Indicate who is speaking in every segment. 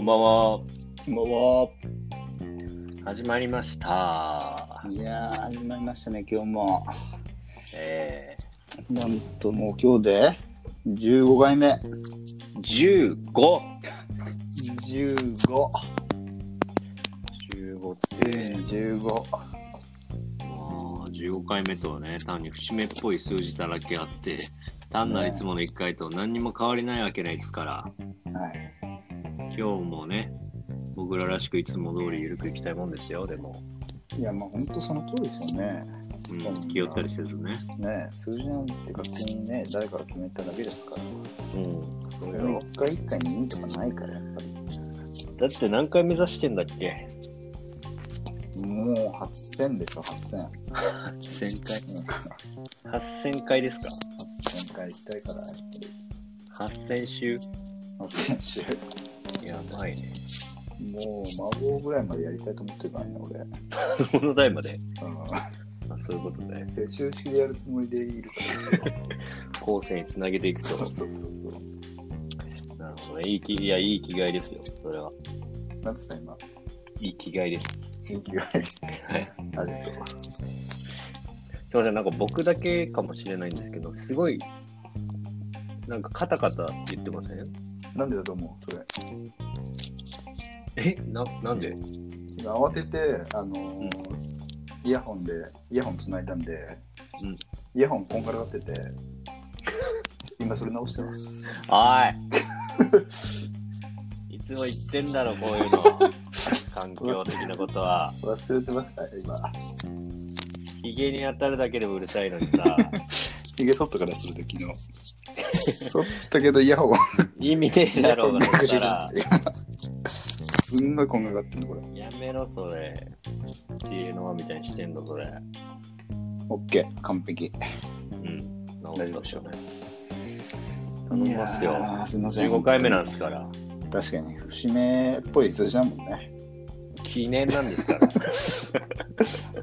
Speaker 1: んばんは。
Speaker 2: もう
Speaker 1: 始まりました。
Speaker 2: いやー始まりましたね今日も
Speaker 1: え
Speaker 2: なんともう今日で15回目
Speaker 1: ー、15。
Speaker 2: 1515
Speaker 1: 15
Speaker 2: 15
Speaker 1: あー15回目とはね、単に節目っぽい数字だらけあって、単なるいつもの1回と何にも変わりないわけないですから、
Speaker 2: はい
Speaker 1: 今日もね、僕ららしくいつも通りゆるくいきたいもんですよ、でも。
Speaker 2: いやまあほんとその通りですよね
Speaker 1: うん、気負ったりせずね。
Speaker 2: ね数字なんて勝手にね誰かが決めただけですから
Speaker 1: うん、それを。
Speaker 2: 一回一回にいいとかないからやっぱり
Speaker 1: だって何回目指してんだっけ
Speaker 2: もう8000でしょ8000
Speaker 1: ?1000 回。
Speaker 2: うん
Speaker 1: 8000回ですか
Speaker 2: 8000回したいからやっぱり
Speaker 1: ?8000 週。
Speaker 2: 8000週
Speaker 1: やばいね。
Speaker 2: もう孫ぐらいまでやりたいと思ってるからね俺
Speaker 1: この代まで。
Speaker 2: うん
Speaker 1: あそういうことね。
Speaker 2: 世襲式でやるつもりでいるから
Speaker 1: 後世につなげていくと。
Speaker 2: そうそうそう。
Speaker 1: なるほどね。いいき、いや、いい生きがいですよ。それは。
Speaker 2: なんつった今、
Speaker 1: いい生きがいです。
Speaker 2: 人気がある。
Speaker 1: はい。す
Speaker 2: ありがと
Speaker 1: いません。なんか僕だけかもしれないんですけど、すごい、なんかカタカタ言ってません
Speaker 2: う。なんでだと思うそれ。
Speaker 1: えな、なんで
Speaker 2: 今慌てて、あのーイヤホンで、イヤホンつないだんで、
Speaker 1: うん
Speaker 2: イヤホンこんがらがってて、今それ直してます。
Speaker 1: お いいつも言ってんだろ、こういうの。環境的なことは。
Speaker 2: 忘れてました、今。
Speaker 1: ヒゲに当たるだけでもうるさいのにさ、
Speaker 2: ひげ剃ったからするときの。 剃ったけどイヤホン
Speaker 1: 意味ねえだろうが、そしたら。
Speaker 2: すんごいこんがらがってんの、これ。
Speaker 1: やめろ、それ。知恵の輪みたいにしてんの、それ。
Speaker 2: オッケー、完璧。
Speaker 1: うん。治
Speaker 2: 大丈
Speaker 1: っ
Speaker 2: 夫でしょ
Speaker 1: た
Speaker 2: う
Speaker 1: ね。頼みますよ
Speaker 2: いやーすみません。
Speaker 1: 15回目なんですから。
Speaker 2: 確かに、節目っぽい数字だもんね。
Speaker 1: 記念なんです から。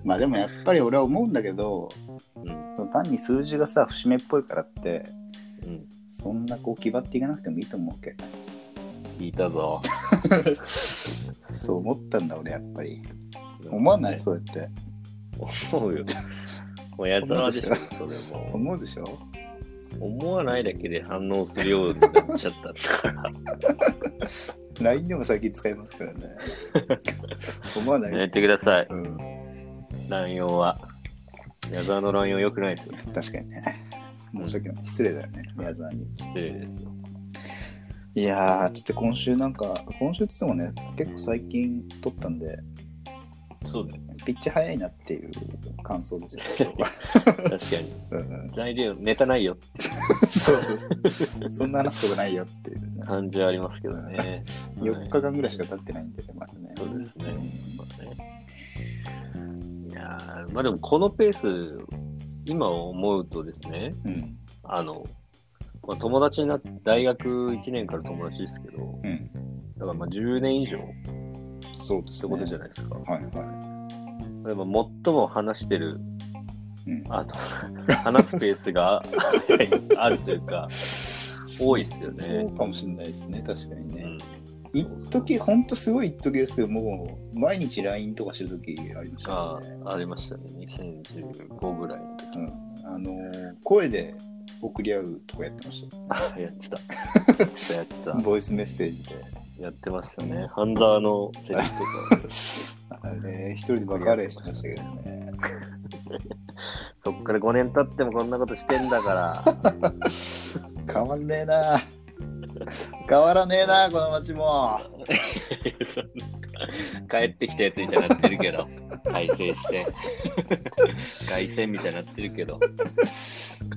Speaker 2: まあでもやっぱり俺は思うんだけど、
Speaker 1: うん。
Speaker 2: 単に数字がさ、節目っぽいからって、
Speaker 1: うん。
Speaker 2: そんなこう、気張っていかなくてもいいと思うけど。
Speaker 1: 聞いたぞ。
Speaker 2: そう思ったんだ、俺、やっぱり。思わない、そうやって。
Speaker 1: 思うよ。もうやつらでしょ、それも。
Speaker 2: 思うでしょ
Speaker 1: 思わないだけで反応するようになっちゃったんだから。
Speaker 2: ?LINE でも最近使いますからね。 思わな
Speaker 1: や
Speaker 2: い。
Speaker 1: めてください。
Speaker 2: うん、
Speaker 1: 乱用は。矢沢の乱用良くないですよ。
Speaker 2: 確かにね。申し訳ない。失礼だよね、宮沢に。
Speaker 1: 失礼ですよ。
Speaker 2: いやー、つって今週なんか、今週つってもね、結構最近撮ったんで、
Speaker 1: そうだよ。
Speaker 2: ピッチ早いなっていう感想ですよ。
Speaker 1: 確かに。
Speaker 2: うん
Speaker 1: 材料、ネタないよって
Speaker 2: そうそうそう。そんな話すことないよっていうね。
Speaker 1: 感じはありますけどね。
Speaker 2: 4日間ぐらいしか経ってないんでね、まだね。
Speaker 1: そうですね。いやーまあでもこのペース、今思うとですね、
Speaker 2: うん。
Speaker 1: あの、まあ、友達になって、大学1年から友達ですけど、
Speaker 2: うん。
Speaker 1: だからまあ10年以上っ
Speaker 2: そうです
Speaker 1: て
Speaker 2: ね。
Speaker 1: ことじゃ
Speaker 2: な
Speaker 1: ないですか。
Speaker 2: いはいは
Speaker 1: でも最も話してる、
Speaker 2: い。うん、
Speaker 1: あの、 話すペースが あるというか、多いっすよね
Speaker 2: そうかもしれないですね、確かに
Speaker 1: う
Speaker 2: ね。
Speaker 1: ん、
Speaker 2: 一時ほんとすごい一時ですけど、もう毎日 LINE とかしてる時ありました
Speaker 1: あ
Speaker 2: よね。
Speaker 1: ありましたね、2015ぐらいの時。
Speaker 2: うん、あのー声で送り合うとかやってまし
Speaker 1: あ やってた。やってた、やって
Speaker 2: た。
Speaker 1: た。
Speaker 2: ボイスメッセージで。
Speaker 1: やってましたね。ハンザーのセリフとか、
Speaker 2: あれ、一人でバカレーしてましたけどね。
Speaker 1: そっから5年経ってもこんなことしてんだから、
Speaker 2: 変わんねえな。変わらねえな、この街も。
Speaker 1: そんな 帰ってきたやつみたいになってるけど、改正 して、凱旋みたいになってるけど、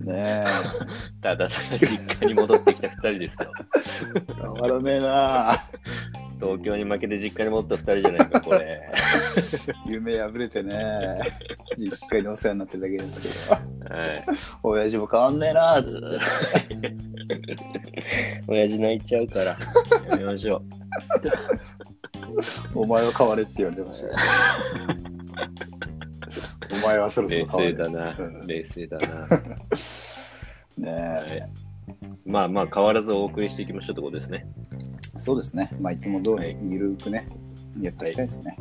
Speaker 2: ね
Speaker 1: ただただ実家に戻ってきた2人ですよ。
Speaker 2: え、変わらねえな。
Speaker 1: 東京に負けて実家に戻った2人じゃないか、これ。
Speaker 2: 夢破れてね実家にお世話になってるだけですけど
Speaker 1: はい。
Speaker 2: 親父も変わんねえなーっつって
Speaker 1: 親父泣いちゃうから、やめま しょう。
Speaker 2: お前は変われって言われてましたよお前はそろそ
Speaker 1: 冷
Speaker 2: ろ変わ
Speaker 1: 静
Speaker 2: れ
Speaker 1: だな
Speaker 2: う、ん
Speaker 1: 冷静だな。
Speaker 2: ねえ、
Speaker 1: はいまあまあ、変わらずお送りしていきましょうってことですね。
Speaker 2: そうですね。まあ、いつも通り、ゆるくね、やっていきたいですね。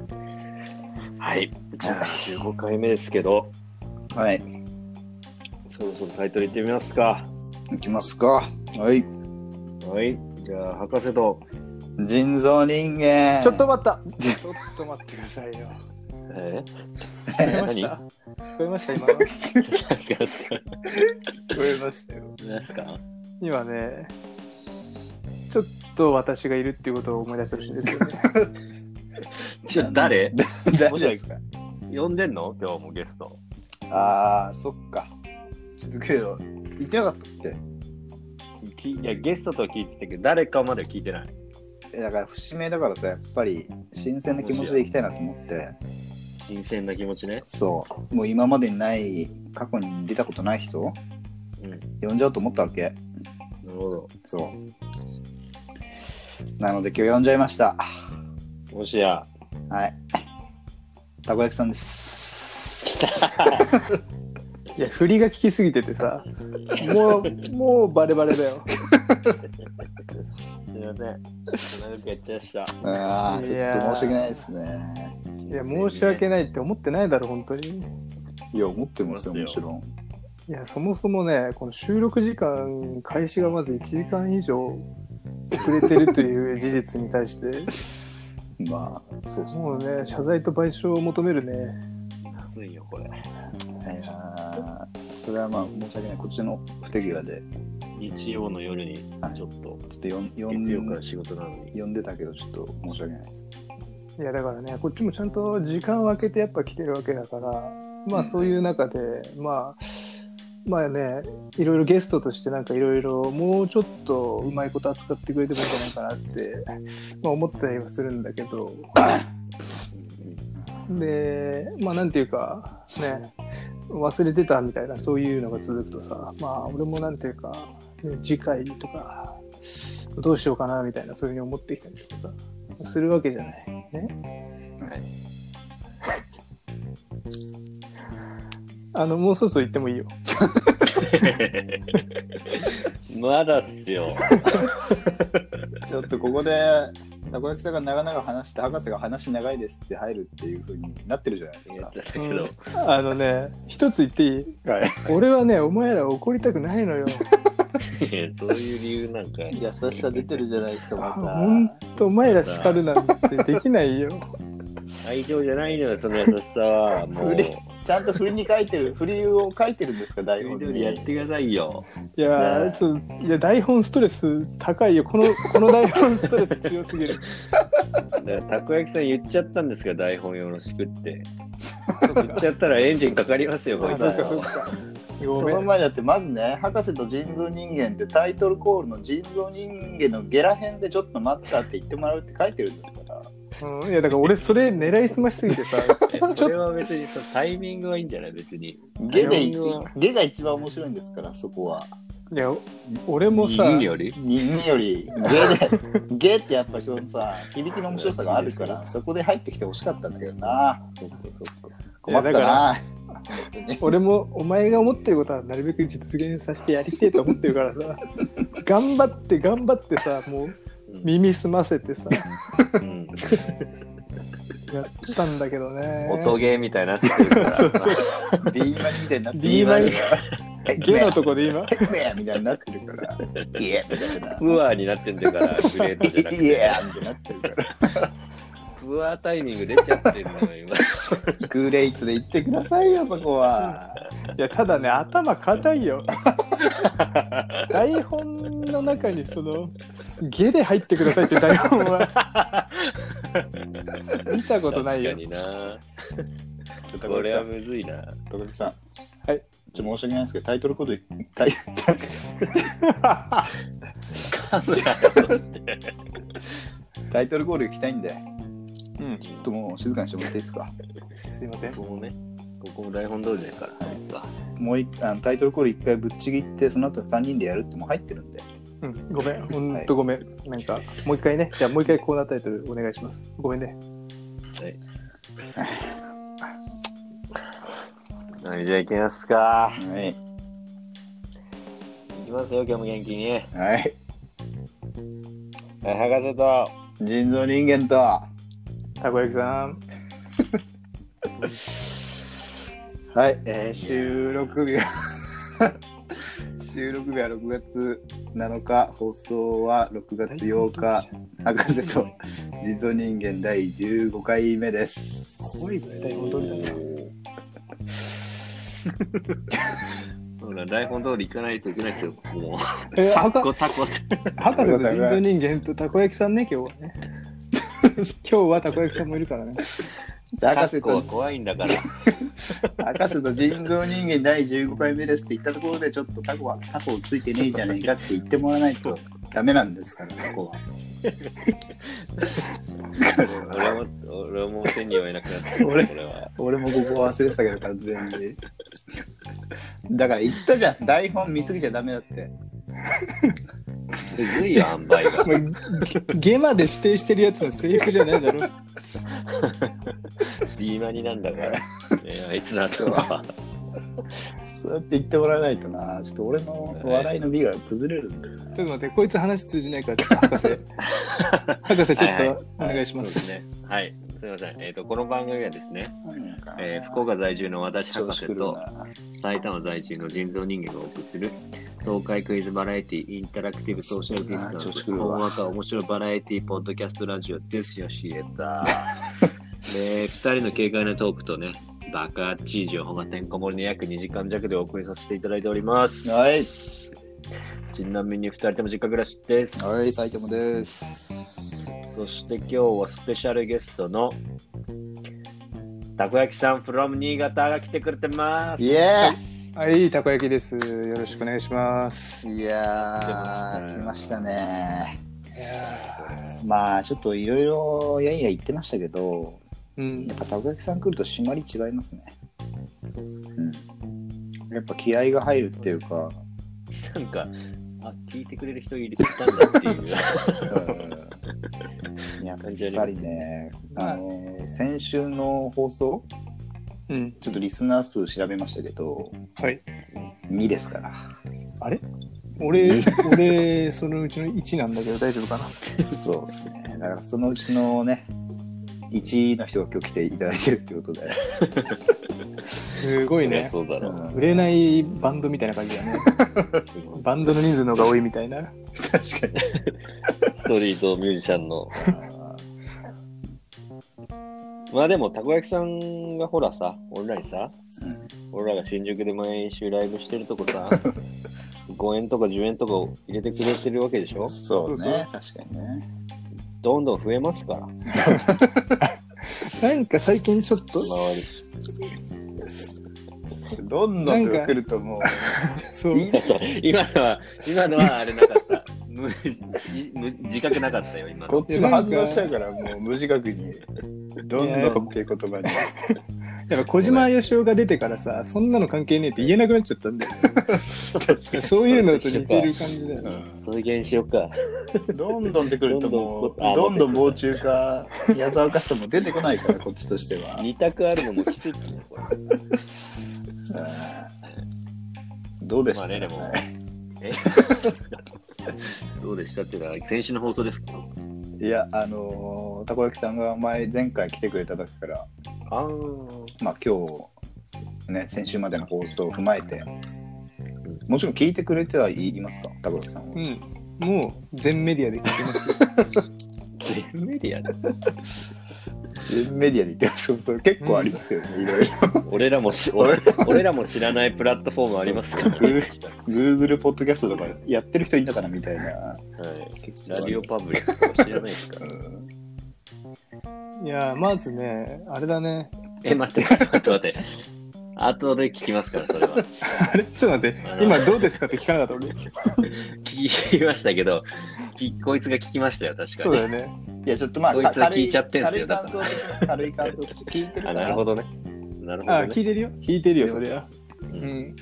Speaker 1: はい。じゃあ、15回目ですけど、
Speaker 2: はい。
Speaker 1: そろそろタイトルいってみますか。
Speaker 2: いきますか。はい。
Speaker 1: はい。じゃあ、博士と、
Speaker 2: 人造人間。
Speaker 3: ちょっと待った。ちょっと待ってくださいよ。
Speaker 1: え
Speaker 3: 聞こえました。聞こえました今の。
Speaker 1: 何すか何すか
Speaker 2: 聞こえましたよ。
Speaker 1: 何すか
Speaker 3: 今ね、ちょっと私がいるっていうことを思い出してほしいんですよね。
Speaker 1: ちょ誰
Speaker 2: 誰ですか
Speaker 1: 呼んでんの今日もゲスト。
Speaker 2: ああ、そっか。ちょっとけど、言ってなかったっ
Speaker 1: きいや、ゲストとは聞いてたけど、誰かまでは聞いてない。
Speaker 2: けえだから、節目だからさ、やっぱり、新鮮な気持ちでいきたいなと思って、
Speaker 1: 新鮮な気持ちね。
Speaker 2: そう。もう今までにない、過去に出たことない人、
Speaker 1: うん。
Speaker 2: 呼んじゃおうと思ったわけ。
Speaker 1: なるほど。
Speaker 2: そう。なので、今日呼んじゃいました。
Speaker 1: もしや、
Speaker 2: はい。たこ焼きさんです。
Speaker 3: いや、振りが効きすぎててさ、もう、もうバレバレだよ。
Speaker 1: すみません。長くやっちゃいました。
Speaker 2: ああ、ちょっと申し訳ないですね。
Speaker 3: いや、申し訳ないって思ってないだろ、本当に。
Speaker 2: いや、思ってますよ、
Speaker 1: 思い
Speaker 2: も
Speaker 1: ます
Speaker 2: ち
Speaker 1: よ
Speaker 2: ろん。
Speaker 3: いや、そもそもね、この収録時間開始がまず1時間以上遅れてるという事実に対して、
Speaker 2: まあ、そうですね。
Speaker 3: もうね、謝罪と賠償を求めるね。
Speaker 1: 熱いよ、これ。
Speaker 2: いやーそれはまあ、申し訳ない。こっちの不手際で、
Speaker 1: 日曜の夜に、ちょっと、
Speaker 2: ちょっとよんよん
Speaker 1: 月曜から仕事なのに。
Speaker 2: 呼んでたけど、ちょっと申し訳ない です。
Speaker 3: いや、だからね、こっちもちゃんと時間を空けてやっぱ来てるわけだから、まあそういう中で、まあ、まあね、いろいろゲストとしてなんかいろいろもうちょっとうまいこと扱ってくれてもいいんじゃないかなって、まあ、思ったりはするんだけど、でまあなんていうかね忘れてたみたいなそういうのが続くとさまあ俺もなんていうか、ね次回とかどうしようかなみたいなそういうふうに思ってきたりとかさするわけじゃないね
Speaker 1: はい
Speaker 3: あのもうそろそろ言ってもいいよ
Speaker 1: まだっすよ。
Speaker 2: ちょっとここで、たこ焼きさんが長々話して、博士が話長いですって入るっていうふうになってるじゃないです
Speaker 1: 言っ
Speaker 2: か
Speaker 1: ちゃったけど、
Speaker 3: あのね一つ言っていい。
Speaker 2: はい
Speaker 3: 俺はねお前ら怒りたくないのよ
Speaker 1: いやそういう理由なんか、
Speaker 2: 優しさ出てるじゃないですか、また。
Speaker 3: ほんとお前ら叱るなんてできないよ
Speaker 1: 愛情じゃないのよ、その優しさは。 もう
Speaker 2: 振、りちゃんと振りに書いてる、振りを書いてるんですか、台本
Speaker 1: 緑
Speaker 2: に。
Speaker 1: やってくださいよ。
Speaker 3: いや
Speaker 2: ね
Speaker 3: ーちょっといや台本ストレス高いよこのこの台本ストレス強すぎる
Speaker 1: だからたこ焼きさん言っちゃったんですが、台本よろしくって。言っちゃったらエンジンかかり ますよ、こい
Speaker 3: あ
Speaker 1: つ
Speaker 3: そ
Speaker 1: は
Speaker 3: っかそっかご
Speaker 2: そ
Speaker 3: め
Speaker 2: の
Speaker 3: ん
Speaker 2: 前だって、まずね、博士と人造人間ってタイトルコールの人造人間のゲラ編でちょっと待ったって言ってもらうって書いてるんですから。
Speaker 3: うん、いやだから俺それ狙いすましすぎてさ
Speaker 1: それは別にそのタイミングはいいんじゃない別に。
Speaker 2: ゲで
Speaker 1: タイミングは、
Speaker 2: ゲが一番面白いんですから、そこは。
Speaker 3: いや俺もさ
Speaker 1: いいより
Speaker 2: 人間より、ゲで、ゲってやっぱりそのさ、響きの面白さがあるから、そこで入ってきてほしかったんだけどな。
Speaker 1: そっかそっか。
Speaker 2: 困った
Speaker 3: いやだか
Speaker 2: な。
Speaker 3: 俺もお前が思ってることはなるべく実現させてやりてえと思ってるからさ頑張って頑張ってさもう耳澄ませてさ
Speaker 1: うん、
Speaker 3: やったんだけどね
Speaker 1: 音ゲーみたいになってくるから。
Speaker 3: そうそう
Speaker 2: B マニみたいになってる
Speaker 3: D マニゲのとこで今
Speaker 2: ヘクやみたいになってるから、イエーみたいな。
Speaker 1: ウアーになってんだから、グレートじゃなく
Speaker 2: イ
Speaker 1: て。
Speaker 2: エーみたいになってるから。
Speaker 1: ウアータイミング出ちゃってるのよ、今。
Speaker 2: グレイトで言ってくださいよ、そこは。
Speaker 3: いやただね頭硬いよ 台本の中にその「ゲで入ってください」って台本は 見たことないよ
Speaker 1: 確か
Speaker 2: ちょっ
Speaker 1: にな。これはむずいな。
Speaker 2: とこきさん。
Speaker 3: はい。
Speaker 2: ちょっと申し訳ないですけど、タイトルコード、タイタイ
Speaker 1: カムラとして。
Speaker 2: タイトルコール行きたいんで、
Speaker 3: うん
Speaker 2: ちょっともう静かにしてもらっていいですか。
Speaker 3: すいません
Speaker 1: ここもね、ここも台本通りだから、あいつは。
Speaker 2: もう一あのタイトルコール一回ぶっちぎって、その後三人でやるってもう入ってるんで。
Speaker 3: うん、ごめん、ほんとごめん、なんか、もう一回ね、じゃあもう一回コーナータイトルお願いします。ごめんね。
Speaker 1: はい、じゃあ行きますか。
Speaker 2: はい。
Speaker 4: きますよ、今日も元気に。
Speaker 2: はい。
Speaker 4: 博士と、
Speaker 2: 人造人間と、
Speaker 3: たこ焼きさん。
Speaker 2: はい、えー収録日は 収録日は6月7日、放送は6月8日、博士と人造人間第15回目です。
Speaker 3: これ一体本当にだな。
Speaker 1: そうだ、台本通り行かないといけないですよ、ここも。
Speaker 3: え
Speaker 1: タ
Speaker 3: 博
Speaker 1: コタコ。
Speaker 3: 博士と人造人間とたこ焼きさんね、今日は ね。今日はたこ焼きさんもいるからね。
Speaker 2: 博
Speaker 4: カッ
Speaker 2: 士
Speaker 4: コは
Speaker 2: と
Speaker 4: 怖いんだから。
Speaker 2: 博士と人造人間第15回目ですって言ったところで、ちょっとタコはタコをついてねえじゃねえかって言ってもらわないとダメなんですから、タコは。
Speaker 4: 俺も、俺も手に負えなくなって
Speaker 2: 俺
Speaker 4: これは。
Speaker 2: 俺もここ忘れてたけど完全にだから言ったじゃん台本見すぎちゃダメだって
Speaker 4: むずいよ、塩梅が。
Speaker 3: ゲマで指定してるやつのセリフじゃないだろ。
Speaker 4: ビーマニなんだから。ねあいつの頭は。
Speaker 2: そうやって言ってもらわないとなちょっと俺の笑いの美が崩れるんだよ
Speaker 3: ちょっと待って、こいつ話通じないから、ちょっと博士。博士、ちょっとお願いし
Speaker 4: そう
Speaker 3: ま。
Speaker 4: ですすね。はい。すみません。えっ、と、この番組はですね、
Speaker 2: なんか
Speaker 4: えー福岡在住の私博士
Speaker 2: 調子狂う
Speaker 4: と
Speaker 2: な
Speaker 1: 埼玉在住の人造人間がお送りする爽快クイズバラエティインタラクティブソーシャルディスタン
Speaker 2: あー調子
Speaker 1: ス
Speaker 2: 狂うわ
Speaker 1: 本話か面白いバラエティポッドキャストラジオですよシエタ で2人の軽快なトークとねバカッチー情報がてんこ盛りの約2時間弱でお送りさせていただいております
Speaker 2: はい
Speaker 1: ちなみに2人とも実家暮らしです
Speaker 2: はい埼玉です
Speaker 1: そして今日はスペシャルゲストのたこ焼きさん from 新潟が来てくれてます
Speaker 2: イエ
Speaker 3: はい、たこ焼きです。よろしくお願いします。
Speaker 2: ーイいやー来ましたねまあちょっといろいろやいや言ってましたけど
Speaker 3: うん
Speaker 2: やっ。ぱたこ焼きさん来ると締まり違いますね。うん、やっぱ気合が入るっていう か、
Speaker 1: なんか、あ、聞いてくれる人いるいたんだっていう。
Speaker 2: うん、やっぱりね、あの先週の放送、
Speaker 3: うん。
Speaker 2: ちょっとリスナー数調べましたけど、
Speaker 3: はい。
Speaker 2: 2ですから。
Speaker 3: あれ俺、俺、そのうちの1なんだけど大丈夫かな
Speaker 2: そうですね。だからそのうちのね、1の人が今日来ていただいてるってことで。
Speaker 3: すごいね。
Speaker 4: そうだろう。
Speaker 3: 売れないバンドみたいな感じだね。バンドの人数の方が多いみたいな。
Speaker 2: 確かに。
Speaker 4: ストリートミュージシャンの。 まあでも、たこ焼きさんがほらさ、俺らにさ、俺らが新宿で毎週ライブしてるとこ さ、5円とか10円とか入れてくれてるわけでしょ
Speaker 2: そう
Speaker 3: そうそう
Speaker 2: ね、確かにね。
Speaker 4: どんどん増えますから、
Speaker 3: なんか最近ちょっと、
Speaker 4: 周り。
Speaker 2: どんどん来るとも
Speaker 3: そう
Speaker 2: う、、いいです
Speaker 4: 今のは、今のはあれなかった。無無自覚なかったよ、今の。
Speaker 2: こっちも反応しちゃうから、もう無自覚に、どんどんっていう言葉に。
Speaker 3: やっぱ小島よしおが出てからさ、そんなの関係ねえって言えなくなっちゃったんだよね。 そういうのと似てる感じだよね。
Speaker 4: そういう現象か。
Speaker 2: どんどん出てくるともう、
Speaker 4: どんどんあ
Speaker 2: どんどん防虫か、矢沢かしとも出てこないから、こっちとしては。
Speaker 4: 二択あるのも奇跡ね、これ。
Speaker 2: うんどうでし
Speaker 4: ま
Speaker 2: た
Speaker 4: あね、でも。え
Speaker 1: どうでしたっていうのは、先週の放送ですか
Speaker 2: いや、あのーたこ焼きさんが前、前回来てくれた時から、
Speaker 4: あー
Speaker 2: まあ今日、ね、先週までの放送を踏まえて、もちろん聞いてくれてはいいますか、たこ焼きさんは。
Speaker 3: うん。もう全メディアで聞いてますよ。
Speaker 4: 全メディアだ。
Speaker 2: 全メディアで言ってますそれ結構ありますけどね、いろいろ。
Speaker 4: 俺らも し俺俺らも知らないプラットフォームありますからね。
Speaker 2: Google ポッドキャストとかやってる人いんだからみたいな。
Speaker 4: はいラジオパブリックとか知らないですから。
Speaker 2: うん
Speaker 3: いやー、まずね、あれだね。
Speaker 4: え、待って、待って、待って。後で聞きますから、それは。
Speaker 3: あれちょっと待って、今どうですかって聞かなか った俺。
Speaker 4: 聞きましたけど、きこいつが聞きましたよ、確か
Speaker 3: そう
Speaker 4: に
Speaker 3: だ。よね。
Speaker 2: いや、ちょっとまあ、
Speaker 4: こいつは
Speaker 2: 軽
Speaker 4: 聞いちゃってんすよだ
Speaker 2: 軽い
Speaker 4: か
Speaker 2: 感想、軽い感想、聞いてるか
Speaker 4: あ、
Speaker 2: ら。
Speaker 4: なるほどね。なるほ
Speaker 3: あ
Speaker 4: ど
Speaker 3: ー、聞
Speaker 4: ね。
Speaker 3: いてるよ。聞いてるよ、
Speaker 2: でも
Speaker 3: そりゃ。うんん。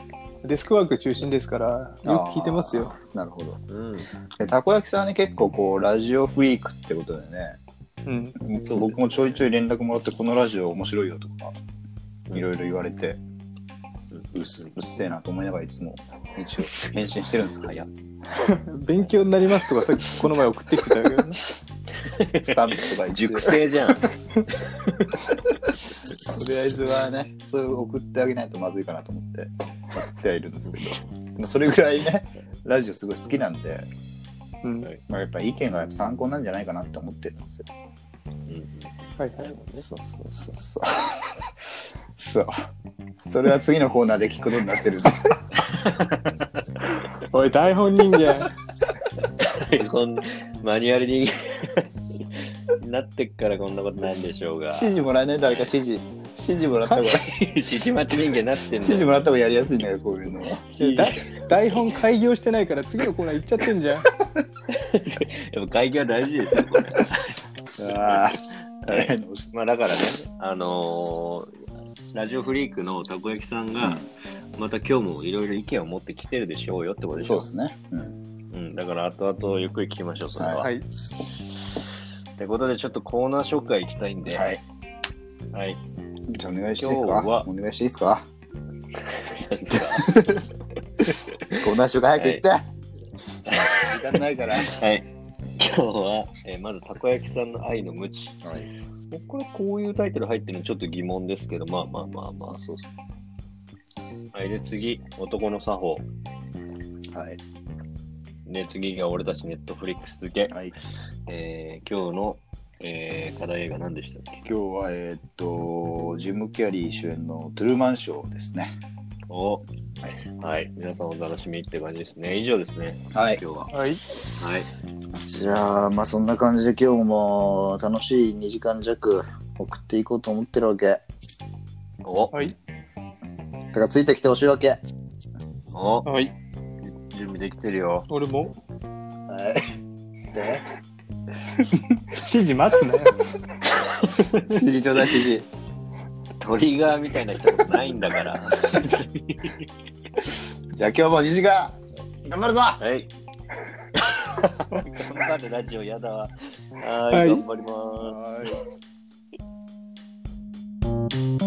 Speaker 3: デスクワーク中心ですから、よく聞いてますよ。
Speaker 2: あー。なるほど。
Speaker 4: うん。
Speaker 2: でたこ焼きさんはね、結構こう、ラジオフィークってことでね、
Speaker 3: うん。
Speaker 2: 僕もちょいちょい連絡もらって、このラジオ面白いよとか、
Speaker 4: うん
Speaker 2: いろいろ言われて、うっすうっせえなと思いながらいつも一応返信してるんですか
Speaker 1: 早っ
Speaker 3: 勉強になりますとかさっきこ の前送ってきてたけど、ね、
Speaker 2: スタンプとか一応
Speaker 1: 熟成じゃん。
Speaker 2: とりあえずはねそういう送ってあげないとまずいかなと思ってやってはいるんですけどでもそれぐらいねラジオすごい好きなんで、
Speaker 3: うん、は
Speaker 1: はいい
Speaker 2: まあ、やっぱ意見がやっぱ参考なんじゃないかなって思ってるんですよ
Speaker 3: はい
Speaker 2: そうそうそうそうそうそれは次のコーナーで聞くことになってるんで
Speaker 3: おい台本人 間
Speaker 1: こんマニュアルに なってっからこんなことなんでしょうが。
Speaker 2: 指示もらえない誰か指示指示もらった方が
Speaker 1: ちちまち人間になってん
Speaker 2: 指
Speaker 1: だ
Speaker 2: 示
Speaker 1: よ。
Speaker 2: もらった方がやりやすいんだよこういうのは
Speaker 3: だ台本開業してないから次のコーナー行っちゃってんじゃん
Speaker 1: やっぱ会議は大事ですよ、これ。
Speaker 2: ああ大変なお仕
Speaker 1: まあだからね、あのーラジオフリークのたこ焼きさんが、また今日もいろいろ意見を持ってきてるでしょうよってこと
Speaker 2: 事
Speaker 1: でし
Speaker 2: そう
Speaker 1: ょ。
Speaker 2: ですね、うん、
Speaker 1: うん、だから後々ゆっくり聞きましょう、それは。
Speaker 3: はい
Speaker 1: ってことで、ちょっとコーナー紹介行きたいんで、
Speaker 2: はい
Speaker 1: はい。
Speaker 2: じゃあお願いしていいです
Speaker 1: 今日
Speaker 2: か
Speaker 1: は
Speaker 2: お願いしていいですかコーナー紹介早く行って、時間ないから
Speaker 1: はい、今日は、えーまずたこ焼きさんの愛の無知。
Speaker 2: はい
Speaker 1: これこういうタイトル入ってるのちょっと疑問ですけど、まあまあまあまあ、そうそう。はい、で次、男の作法。
Speaker 2: はい
Speaker 1: で次が俺たちネットフリックス付け。
Speaker 2: はい
Speaker 1: えー今日の、えー課題映画何でしたっけ
Speaker 2: 今日はえーっとジム・キャリー主演の「トゥルーマンショー」ですね
Speaker 1: おはい、皆さんお楽しみって感じですね。以上ですね、
Speaker 2: はい
Speaker 1: 今日は。
Speaker 3: はい
Speaker 1: はい。
Speaker 2: じゃあまあそんな感じで今日も楽しい2時間弱送っていこうと思ってるわけだ
Speaker 1: お
Speaker 3: はい
Speaker 2: からついてきてほしいわけはい
Speaker 1: お
Speaker 3: はい
Speaker 1: 準備できてるよ。
Speaker 3: 俺も
Speaker 2: で
Speaker 3: 指示待つね
Speaker 2: 指示ちょうだい指示
Speaker 1: トリガーみたいな人ないんだから。
Speaker 2: じゃあ今日も2時間頑張るぞ
Speaker 1: はい。頑張るラジオやだわ。は
Speaker 3: はい
Speaker 1: い、頑張ります。
Speaker 2: はい